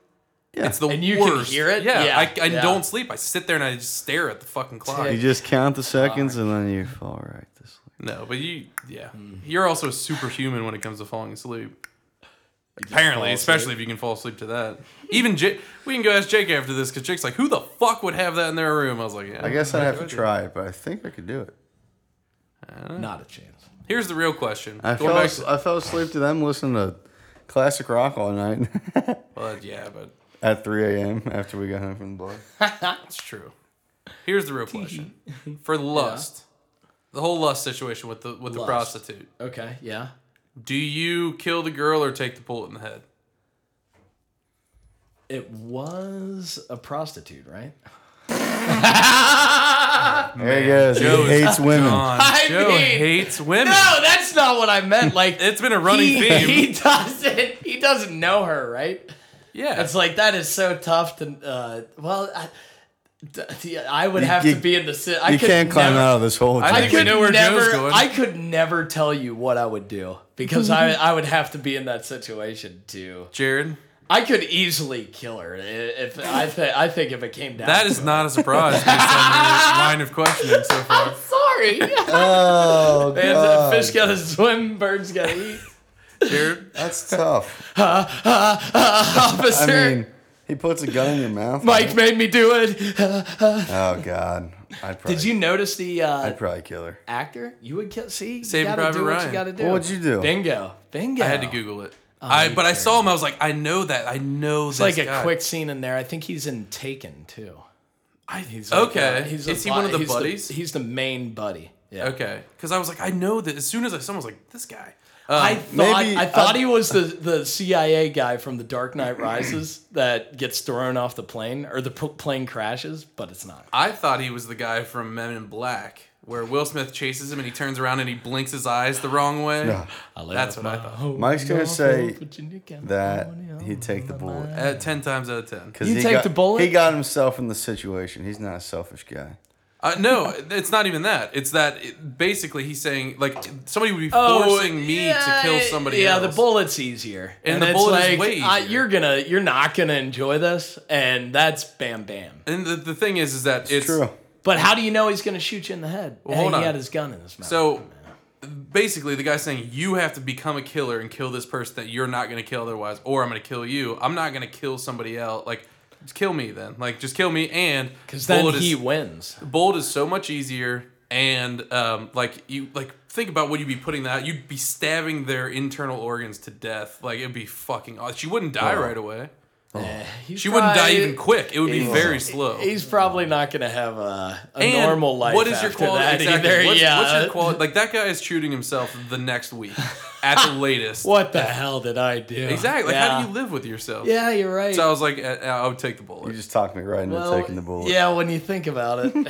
Yeah. It's the And you can worst. hear it? Yeah, Yeah, I, I yeah. don't sleep. I sit there and I just stare at the fucking clock. you just count the seconds and then you fall right to sleep. No, but you, yeah, you're also superhuman when it comes to falling asleep. Apparently, fall especially if you can fall asleep to that. Even Jake, we can go ask Jake after this because Jake's like, "Who the fuck would have that in their room?" I was like, "Yeah." I guess I'd have to try it, but I think I could do it. Not a chance. Here's the real question. I Going fell, back as- to- I fell asleep to them listening to classic rock all night well, yeah, but at 3 a.m. after we got home from the bar. that's true. Here's the real question for lust, the whole lust situation with the with the Lust. prostitute. Okay. Yeah. Do you kill the girl or take the bullet in the head? It was a prostitute, right? There he goes. Joe He is hates women. John I Joe mean- hates women. No, that's not what I meant. Like It's been a running he, theme. He doesn't. He doesn't know her, right? yeah, It's like that is so tough to. Uh, well, I, d- d- I would You- have you- to be in the city. I You could can't climb never- out of this hole. I Joe. think we know where never, Joe's going. I could never tell you what I would do because I I would have to be in that situation to. Jared. I could easily kill her i- if I think I think if it came down. That to is it. not a surprise based on your line of questioning so far. sorry. Oh, Man, God. the fish gotta swim, birds gotta eat. Jared, That's tough. I Officer, mean, he puts a gun in your mouth. Mike made me do it. Oh, God. I'd probably, Did you notice the uh, I'd probably kill her. actor? You would kill. See, Saving you gotta Private do what Ryan. you gotta do. What would you do? Bingo, bingo. I had to Google it. I but I saw him. I was like, I know that. I know Oh, It's this like a guy. quick scene in there. I think he's in Taken too. I, he's Like, okay. uh, he's a is he one bi- of the he's buddies? Okay. 'Cause he's the main buddy. Yeah. okay, because I was like, I know that. As soon as I saw him, I was like, this guy. Um, I thought maybe- I thought I- he was the, the CIA guy from The Dark Knight Rises that gets thrown off the plane or the p- plane crashes, but it's not. I thought he was the guy from Men in Black, where Will Smith chases him and he turns around and he blinks his eyes the wrong way. No. That's what I thought. Oh, Mike's gonna say That he'd take the bullet. Uh, ten times out of ten. 'Cause Oh, You he take got- the bullet? He got himself in the situation. He's not a selfish guy. Uh, no, it's not even that. It's that it, basically he's saying like somebody would be forcing me to kill somebody Oh, Yeah, else. the bullet's easier, And the bullet is way uh, easier. you're gonna, you're not gonna enjoy this, and that's bam, bam. And the, the thing is, is that it's, True. But how do you know he's gonna shoot you in the head? Well, Hey, hold he on. had his gun in his mouth. So basically, the guy's saying you have to become a killer and kill this person that you're not going to kill otherwise, or I'm going to kill you. I'm not going to kill somebody else. Like, just kill me then. Like, just kill me. And because then Bullet he is, wins. bold is so much easier. And um, like you, like think about what you'd be putting that. You'd be stabbing their internal organs to death. Like it'd be fucking. aw- She wouldn't die right away. He's She wouldn't die probably- even quick. It would be very slow. He's probably not gonna have a, a And E-, normal life. What is your after quality? That exactly. either. What's, yeah. what's your quality? Like that guy is shooting himself the next week at the latest. What the hell did I do? Exactly. Like, yeah. how do you live with yourself? Yeah, you're right. So I was like, uh, uh, I would take the bullet. You just talked me right into Well, taking the bullet. Yeah, when you think about it.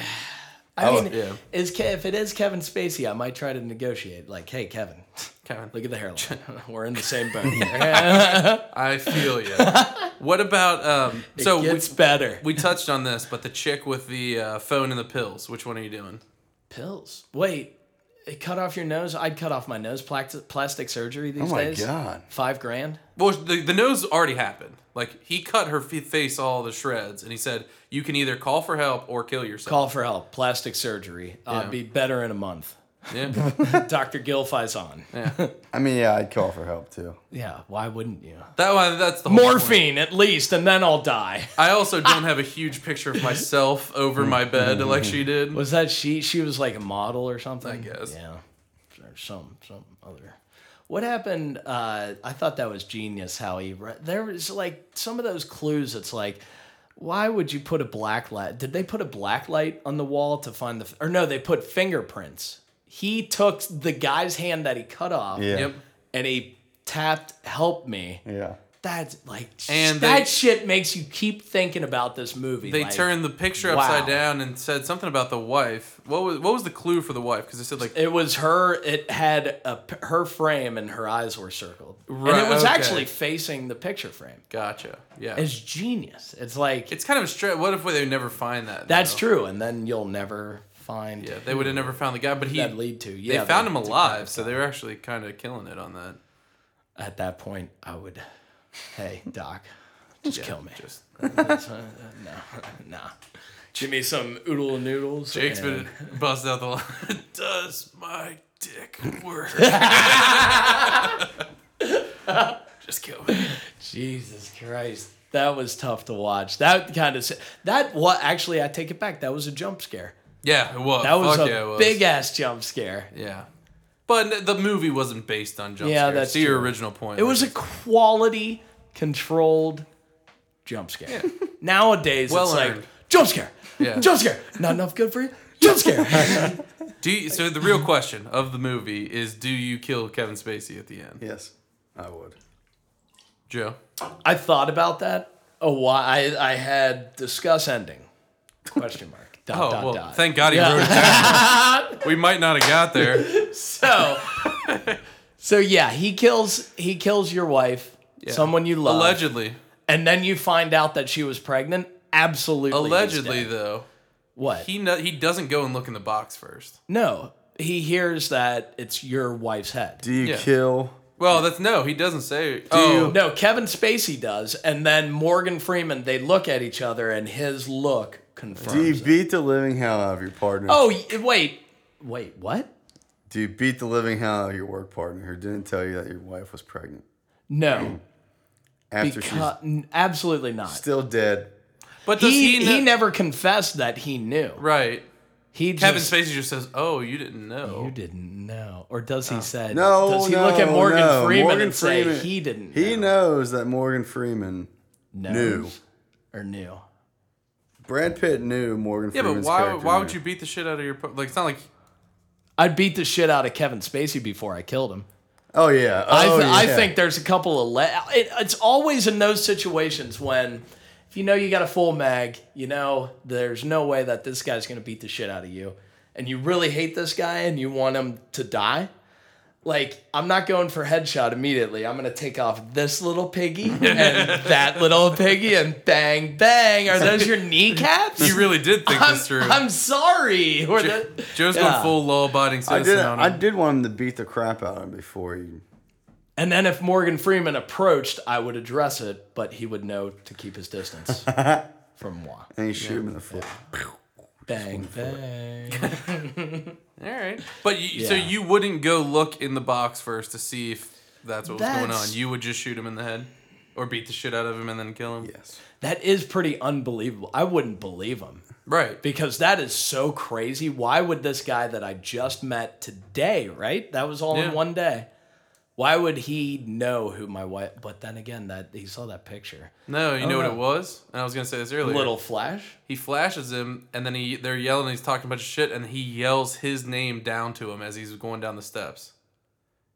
I Oh, mean, yeah. is Ke- if it is Kevin Spacey, I might try to negotiate. Like, hey, Kevin, Kevin, look at the hairline. We're in the same boat. here. I feel you. what about um? it so gets we, better. we touched on this, but the chick with the uh, phone and the pills. Which one are you doing? Pills. Wait, it cut off your nose. I'd cut off my nose. Plastic, plastic surgery these Oh my days. God. Five grand. Well, the the nose already happened. Like he cut her f- face all to shreds, and he said, "You can either call for help or kill yourself." Call for help. Plastic surgery. I'll Yeah. be better in a month. Yeah. Doctor Gilfi's on. Yeah. I mean, yeah, I'd call for help too. Why wouldn't you? That one. That's the whole point. Morphine at least, and then I'll die. I also don't have a huge picture of myself over my bed like she did. Was that she? She was like a model or something. I guess. Yeah, or some some other. What happened? Uh, I thought that was genius. How he re- there was like some of those clues. It's like, why would you put a black light? Did they put a black light on the wall to find the? Or no, they put fingerprints. He took the guy's hand that he cut off, Yeah. Yep. and he tapped "Help me." Yeah. That's like And that they- shit makes you keep thinking about this movie. They like, turned the picture upside wow. down and said something about the wife. What was what was the clue for the wife? Because they said like It was her. It had a p her frame, and her eyes were circled. Right, and it was okay. actually facing the picture frame. Gotcha. Yeah. It's genius. It's like It's kind of a stretch. What if they never find that? that's though? true, and then you'll never find. Yeah, they would have never found the guy, but he That'd lead to, they yeah, found that- him that's a alive, so they were actually kind of killing it on that. At that point, I would. Hey, Doc, just kill me. uh, Just no, nah. Give me some oodle and noodles. Jake's and- been bust out the line. Does my dick work? Just kill me. Jesus Christ. That was tough to watch. That kind of that what actually I take it back. That was a jump scare. Yeah, it was. That was Fuck a yeah, it was. big ass jump scare. Yeah. But n- the movie wasn't based on jump Yeah, scares. that's to your true. original point. It was a quality controlled jump scare. Nowadays Well it's earned. like jump scare. Yeah. Jump scare. Not enough good for you. Jump scare. Do you, so the real question of the movie is: Do you kill Kevin Spacey at the end, Yes, I would. Joe? I thought about that a while. I, I had discuss ending. Question mark. Dot, Oh dot, well, dot. thank God he Yeah. Uh, wrote it down. we might not have got there. so So yeah, he kills he kills your wife, someone you love. Allegedly, and then you find out that she was pregnant. Absolutely. he's allegedly dead. though, What? he no, he doesn't go and look in the box first. no. He hears that it's your wife's head. Do you Yeah. kill? Well, that's no, he doesn't say. oh, No, Kevin Spacey does, and then Morgan Freeman. They look at each other, and his look confirms. Do you it. beat the living hell out of your partner? oh, y- wait, wait, what? Do you beat the living hell out of your work partner who didn't tell you that your wife was pregnant No, after because, n- absolutely not. she's still dead? but does he he? he, kno- never confessed that he knew. right. He Kevin just, Spacey just says, "Oh, you didn't know." You didn't know, or does he say? Oh. No, Does he no, look at Morgan no. Freeman Morgan and Freeman- say he didn't? He know, knows that Morgan Freeman knew. knows or knew? Brad Pitt knew Morgan. yeah, but Freeman's why? character Why knew. would you beat the shit out of your? par- Like, it's not like I'd beat the shit out of Kevin Spacey before I killed him. Oh yeah. I, Oh, th- I yeah. think there's a couple of. Le- it, it's always in those situations when, if you know you got a full mag, you know there's no way that this guy's gonna beat the shit out of you, and you really hate this guy and you want him to die. like I'm not going for headshot immediately. I'm gonna take off this little piggy and that little piggy and bang bang. Are those your kneecaps? You really did think I'm, this through. I'm sorry. Or Jo- that- Joe's Yeah. going full law-abiding I citizen did. on I him. did want him to beat the crap out of him before he. And then if Morgan Freeman approached, I would address it, but he would know to keep his distance from moi. And he shoot him in the foot. Bang bang. All right, but you, so Yeah. you wouldn't go look in the box first to see if that's what was going on. That's- You would just shoot him in the head, or beat the shit out of him and then kill him. Yes. That is pretty unbelievable. I wouldn't believe him. Right. because that is so crazy. Why would this guy that I just met today, right? That was all Yeah. in one day. Why would he know who my wife? But then again, that he saw that picture, No, you know what no. it was, and I was gonna say this earlier. little flash. He flashes him, and then he they're yelling. and He's talking a bunch of shit, and he yells his name down to him as he's going down the steps.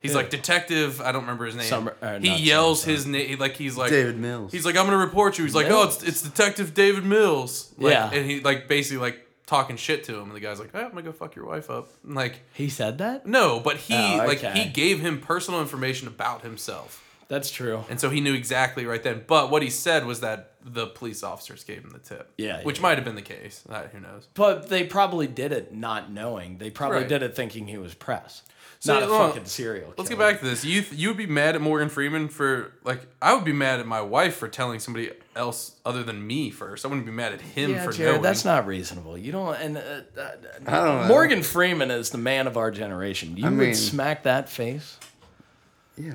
He's like detective. I don't remember his name. Summer- or he not yells his name like he's like David Mills. He's like I'm gonna report you. He's like oh it's, it's detective David Mills. Like, Yeah. and he like basically like talking shit to him, and the guy's like "Eh, I'm gonna go fuck your wife up. And, like He said that. no, but he Oh, like okay. he gave him personal information about himself. That's true. And so he knew exactly right then. But what he said was that the police officers gave him the tip. Yeah, Which yeah. might have been the case. Uh, who knows? But they probably did it not knowing. They probably Right. did it thinking he was press, So, not a well, fucking serial. Let's get killer. back to this. You you would be mad at Morgan Freeman for like I would be mad at my wife for telling somebody else other than me first. I wouldn't be mad at him Yeah, for Jared, knowing. Oh, that's not reasonable. You don't. And uh, uh, I don't know. Morgan Freeman is the man of our generation. You mean- would smack that face. Yeah.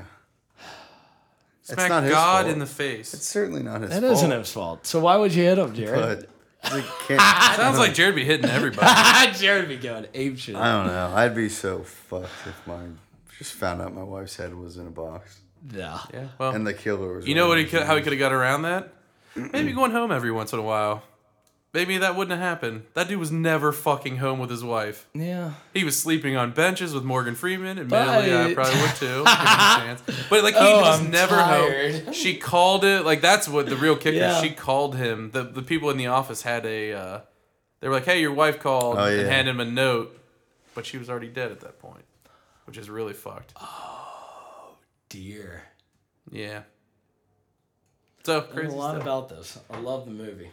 Smack not his God fault. in the face. It's certainly not his That fault. not his fault. So why would you hit him, Jared? But we can't. Sounds like Jared be hitting everybody. Jared be going ape shit. I don't know. I'd be so fucked if my just found out my wife's head was in a box Nah. yeah. Well, and the killer was. you know what he could, how he could have got around that? Maybe going home every once in a while. Maybe that wouldn't have happened. That dude was never fucking home with his wife. Yeah. He was sleeping on benches with Morgan Freeman. Admittedly, Bye. I probably would too. give him a chance. But like he Oh, was I'm never tired. home. She called it like that's what the real kicker. Yeah. She called him. The the people in the office had a. Uh, they were like, "Hey, your wife called," Oh, and yeah. handed him a note, but she was already dead at that point, which is really fucked. Dear. Yeah. So There's crazy a lot stuff. about this. I love the movie.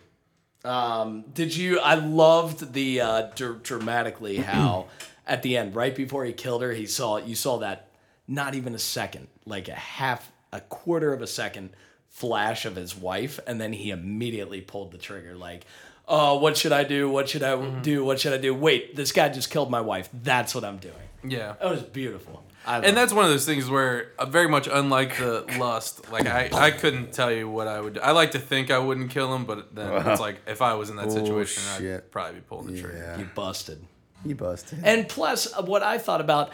Um, did you? I loved the uh, dr- dramatically how at the end, right before he killed her, he saw you saw that not even a second, like a half, a quarter of a second flash of his wife, and then he immediately pulled the trigger. Like, oh, what should I do? What should I Mm-hmm. do? What should I do? Wait, this guy just killed my wife. That's what I'm doing. yeah. That was beautiful. I And loved that's one of those things where, uh, very much unlike the lust, like I, I couldn't tell you what I would. do. I like to think I wouldn't kill him, but then it's like if I was in that situation, I'd Bullshit. probably be pulling the trigger. it. Yeah, you busted. he busted. And plus, uh, what I thought about,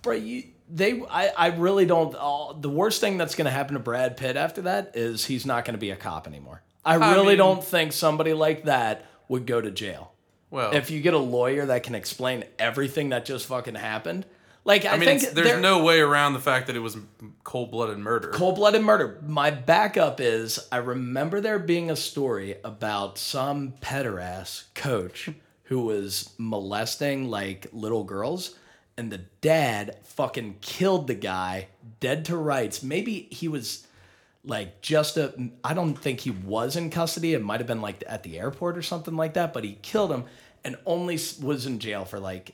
bro, you they, I, I really don't. Uh, the worst thing that's going to happen to Brad Pitt after that is he's not going to be a cop anymore. I, really mean- don't think somebody like that would go to jail. Well, If you get a lawyer that can explain everything that just fucking happened, like I, I mean, think it's, there's there- no way around the fact that it was cold blooded murder. Cold blooded murder. My backup is I remember there being a story about some pederast coach who was molesting like little girls, and the dad fucking killed the guy dead to rights. Maybe he was like just a I don't think he was in custody. It might have been like at the airport or something like that, but he killed him and only s- was in jail for like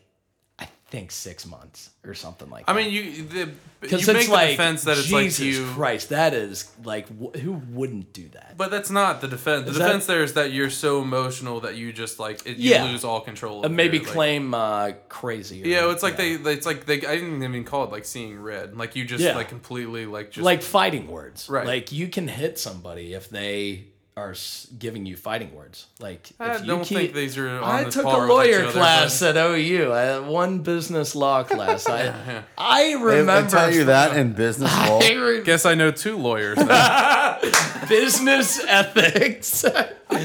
I think six months or something like I that mean, you the, you make because the it's like defense that it's Jesus like you, Christ, that is like wh- who wouldn't do that? but that's not the defense. The Is that- defense there is that you're so emotional that you just like it, you Yeah. lose all control. Uh, Of maybe your, like- claim uh, crazy. Or, Yeah, it's like they, they, it's like they. I didn't even call it like seeing red. Like you just Yeah. like completely like just like fighting words. Right. Like you can hit somebody if they are s- giving you fighting words. Like I if you don't keep, think these are. On I this took par a with each lawyer other, class but- at OU. I had one business law class. I I remember. They tell you that in business law. I re- Guess I know two lawyers. then. I business ethics.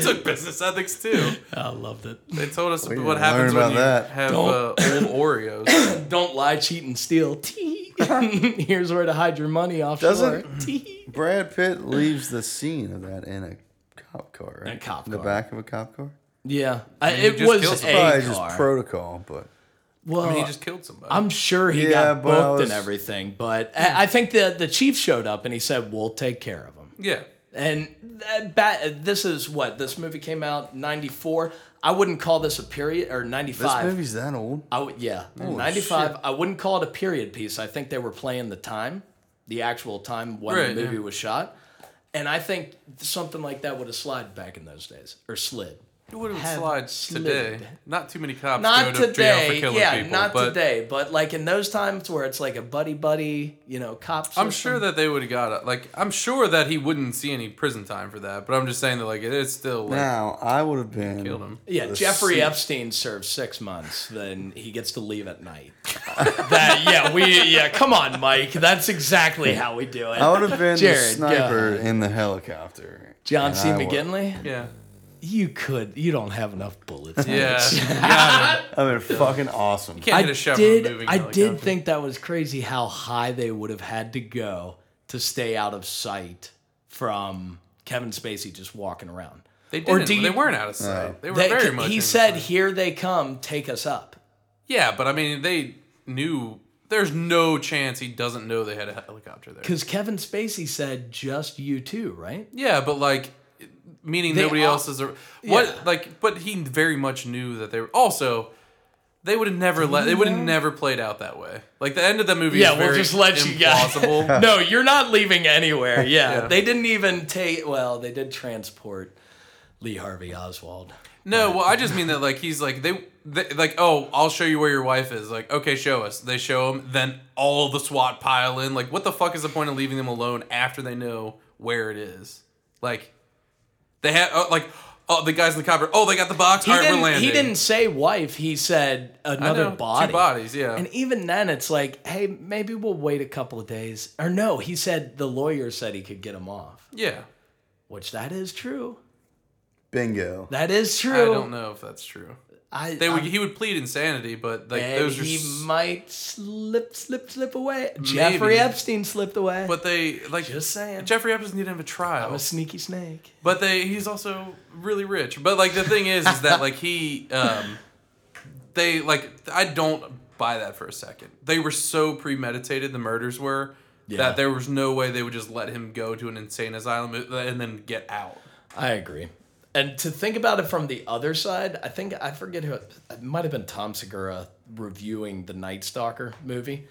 took business ethics too. I loved it. They told us didn't what happens learn when you about that. have uh, old Don't. Oreos. Don't lie, cheat, and steal. Tee. Here's where to hide your money offshore. Doesn't- Tee. Brad Pitt leaves the scene of that in a cop car, right? In a cop In the car. back of a cop car. Yeah, I, you it just kill was somebody. a Probably just car. protocol, but Well, I mean, he just killed somebody. I'm sure he Yeah, got but I booked was- and everything, but I, I think the the chief showed up and he said, "We'll take care of him." yeah. And that, that, this is what this movie came out '94. I wouldn't call this a period or This '95. movie's that old. I would yeah, '95. I wouldn't call it a period piece. I think they were playing the time, the actual time when Right, the movie yeah. was shot. And I think something like that would have slid back in those days or slid. It would have slid Have slid. today. Not too many cops not go to jail for today. killing yeah, people. not but today. But like in those times where it's like a buddy buddy, you know, cop. I'm system. sure that they would have got it. Like, I'm sure that he wouldn't see any prison time for that. But I'm just saying that, like, it is still like Now I would have been killed him. Yeah, the Jeffrey seat. Epstein served six months, then he gets to leave at night. that yeah, we yeah, come on, Mike. That's exactly how we do it. Oh, I would have been Jared, the go sniper ahead. in the helicopter. John And C. I would- McGinley, Yeah. you could you don't have enough bullets. Yeah. I mean, fucking awesome. Can't I hit a shot did, from a moving I did helicopter. think that was crazy how high they would have had to go to stay out of sight from Kevin Spacey just walking around. They or didn't. do you- they weren't out of sight. They were They- very much. he in said, sight. "Here they come, take us up." yeah, but I mean, they knew. There's no chance he doesn't know they had a helicopter there. Because Kevin Spacey said, "Just you two, right?" Yeah, but like, meaning They nobody all- else is. A, what Yeah. like? But he very much knew that they were also. They would have never let. They would have never played out that way. Like the end of the movie. Yeah, is we'll very just let you guys- implausible. no, you're not leaving anywhere. Yeah. Yeah. They didn't even take, well, they did transport Lee Harvey Oswald. No, well, I just mean that like he's like they, they like oh I'll show you where your wife is like okay show us they show him then all the SWAT pile in like what the fuck is the point of leaving them alone after they know where it is like they had oh, like oh the guys in the copter oh they got the box He, all right we're didn't, landing he didn't say wife, he said I know, another body. two bodies yeah And even then, it's like, hey, maybe we'll wait a couple of days. Or no, he said the lawyer said he could get him off, yeah which that is true. Bingo. That is true. I don't know if that's true I, they would I'm- he would plead insanity but like and those are he s- might slip, slip, slip away. Jeffrey Maybe. Epstein slipped away. but they like Just saying. Jeffrey Epstein didn't have a trial I'm a sneaky snake. But they he's also really rich. But like the thing is is that like he um they like I don't buy that for a second. They were so premeditated the murders were Yeah. that there was no way they would just let him go to an insane asylum uh, and then get out. I agree. And to think about it from the other side, I think I forget who it, it might have been Tom Segura reviewing the Night Stalker movie.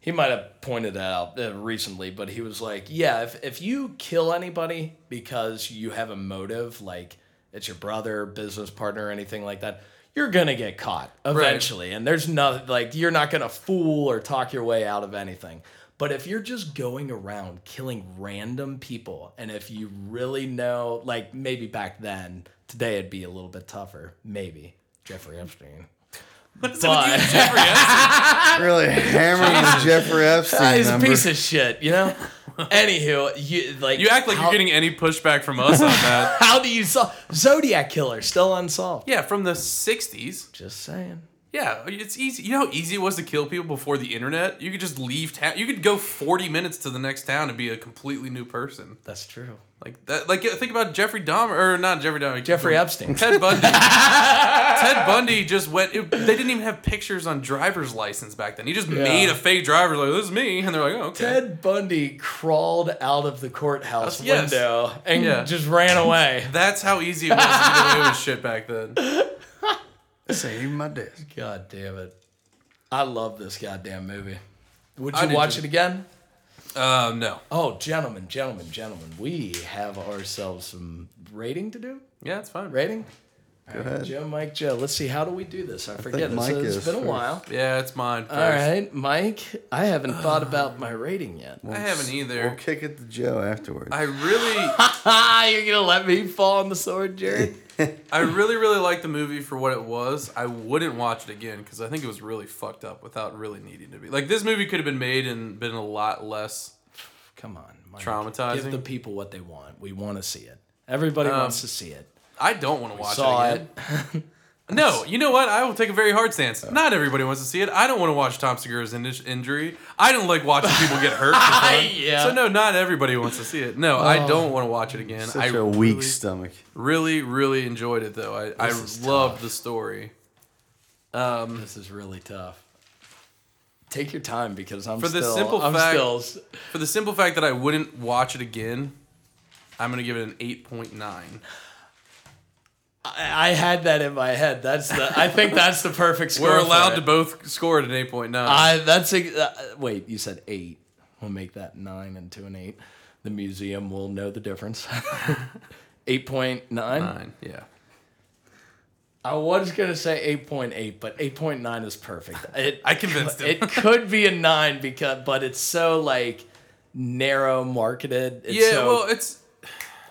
He might have pointed that out uh, recently, but he was like, "Yeah, if if you kill anybody because you have a motive, like it's your brother, business partner, anything like that, you're gonna get caught eventually. And there's nothing like you're not gonna fool or talk your way out of anything. But if you're just going around killing random people, and if you really know, like maybe back then, today it'd be a little bit tougher. Maybe Jeffrey Epstein. But Really hammering the Jeffrey Epstein he's a number. piece of shit, you know. Anywho, you like You act like how- you're getting any pushback from us on that. How do you solve Zodiac killer still unsolved? Yeah, from the 60s. Just saying. Yeah, it's easy. You know how easy it was to kill people before the internet? You could just leave town. You could go 40 minutes to the next town and be a completely new person. That's true. Like that. Like think about Jeffrey Dahmer or not Jeffrey Dahmer. Jeffrey Epstein. Ted Bundy. Ted Bundy just went. It, they didn't even have pictures on driver's license back then. He just made a fake driver's like this is me, and they're like, oh, okay. Ted Bundy crawled out of the courthouse Uh, yes. window and Yeah. just ran away. That's how easy it was to get away with shit back then. Save my desk. God damn it. I love this goddamn movie. Would I you do watch too. it again? Um, no. Oh, gentlemen, gentlemen, gentlemen, we have ourselves some rating to do. Yeah, it's fine. Rating? Go ahead. Joe, Mike, Joe. Let's see. How do we do this? I forget. It's, Uh, Mike it's is been a first. while. Yeah, it's mine. First. All right, Mike. I haven't thought about my rating yet. I haven't either. We'll kick it to Joe afterwards. I really, Ah, you're gonna let me fall on the sword, Jared? I really, really liked the movie for what it was. I wouldn't watch it again because I think it was really fucked up without really needing to be. Like this movie could have been made and been a lot less. Come on, Mike. Give Traumatizing. the people what they want. We want to see it. Everybody wants to see it. I don't want to watch Saw it it. again. No, you know what? I will take a very hard stance. Not everybody wants to see it. I don't want to watch Tom Segura's in- injury. I don't like watching people get hurt. for fun. Yeah. So no, not everybody wants to see it. No, I don't want to watch it again. I Oh. Such a weak stomach. really, really enjoyed it though. I, I This is loved the story. This is really tough. Take your time because I'm For the still, simple I'm fact- still s- For the simple fact that I wouldn't watch it again, I'm gonna give it an 8.9. I, I had that in my head. That's the. I think that's the perfect score. We're for allowed it. to both score at an 8.9. I that's a, uh, wait. You said eight. We'll make that nine into an eight. The museum will know the difference. eight point nine. Nine, yeah. I was gonna say eight point eight, but eight point nine is perfect. It, I convinced him. it could be a nine because, but it's so like narrow marketed. It's yeah, so- well, it's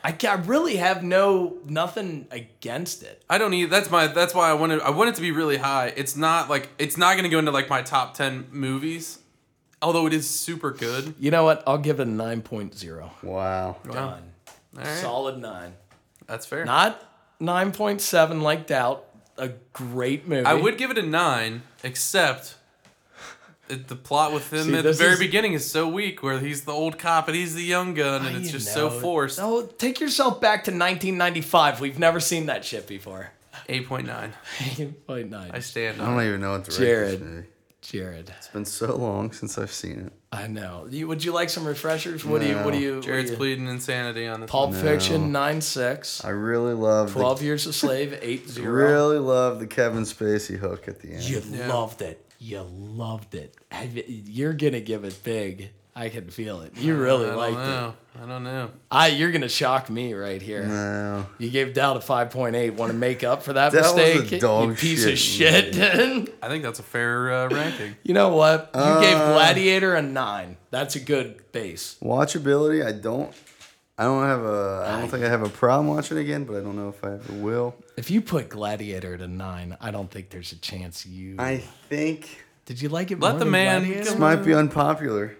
I, ca- I really have no nothing against it. I don't need that's my that's why I wanted I want it to be really high. It's not like it's not gonna go into like my top ten movies, although it is super good. You know what? I'll give it a 9.0. Wow. Done. right. Solid 9. That's fair. Not 9.7 like Doubt. A great movie. I would give it a nine, except it, the plot with him See, at the this very is- beginning is so weak, where he's the old cop and he's the young gun, and You it's just know, so forced. No, take yourself back to 1995. We've never seen that shit before. Eight point nine. 8.9. I stand I on. it. don't even know what to rate Jared. this movie. Jared. It's been so long since I've seen it. I know. You, would you like some refreshers? What do you? What No. do you? what do Jared's you- pleading insanity on this. Pulp one. Fiction 9.6. I really love 12 the, Years a Slave 8.0. really love the Kevin Spacey hook at the end. You loved it. You loved it. Have you- You're gonna give it big. I can feel it. You really I don't liked it. know. I don't know. I you're gonna shock me right here. No. You gave Dowd a 5.8. Want to make up for that, That was a mistake? you dog piece of shit shit. I think that's a fair uh, ranking. you know what? You gave Uh. Gladiator a nine. That's a good base. Watchability, I don't. I don't have a. I don't think I have a problem watching it again, but I don't know if I ever will. If you put Gladiator at a nine, I don't think there's a chance you. I think Did you like it? Let more the than man Gladiator? this might be unpopular.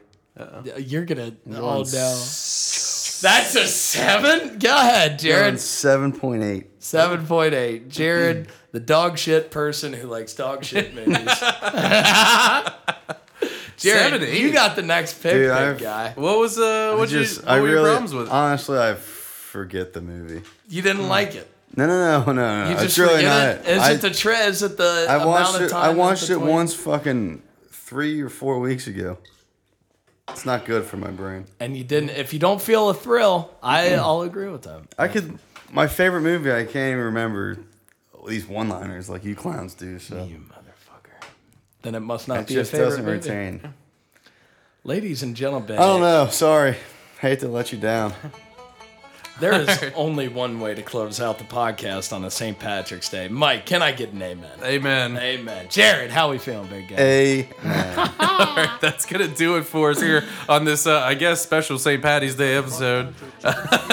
You're gonna. Oh no. Going That's a seven. Go ahead, Jared. Seven point eight. Seven point eight. Mm-hmm. Jared, the dog shit person who likes dog shit movies. Jared, Seven to eight. you got the next pick, Dude, big I've- guy. What was uh? What Just you? What I were really your problems with? it? honestly I forget the movie. You didn't like it. No, no, no, no, no. You It's just really Mm. Uh, not. forget it. Is I, it the tre- Is it the I watched amount of it. time? I that watched the it toy- once, fucking three or four weeks ago. It's not good for my brain. and you didn't. If you don't feel a thrill, I, Mm. I'll agree with them. I could. My favorite movie. I can't even remember these one-liners like you clowns do. So You motherfucker. Then it must not it be your just favorite doesn't movie. retain. Ladies and gentlemen, I don't know. Sorry. Hate to let you down. there is only one way to close out the podcast on a St. Patrick's Day. Mike, can I get an amen? Amen. Amen. Jared, how we feeling, big guy? A. That's gonna do it for us here on this, uh, I guess, special St. Patty's Day episode.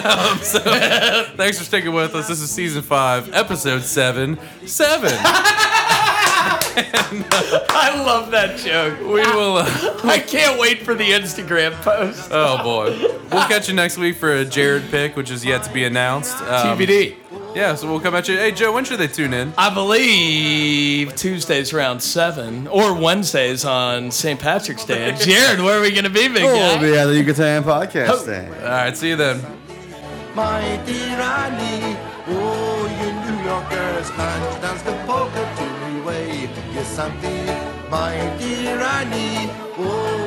Um, so, thanks for sticking with us. This is season five, episode seven, seven. I love that joke. We will. Uh, I can't wait for the Instagram post. oh boy, we'll catch you next week for a Jared pick, which is yet to be announced. Um, TBD. Yeah, so we'll come at you. Hey Joe, when should they tune in? I believe Tuesdays round seven or Wednesdays on St. Patrick's Day. And Jared, where are we gonna be, big We'll guy? be at the Yucatan podcast thing. All right, see you then. my tyranny. Oh, you New Yorkers can't dance the polka to me way. You're something, my tyranny. Oh,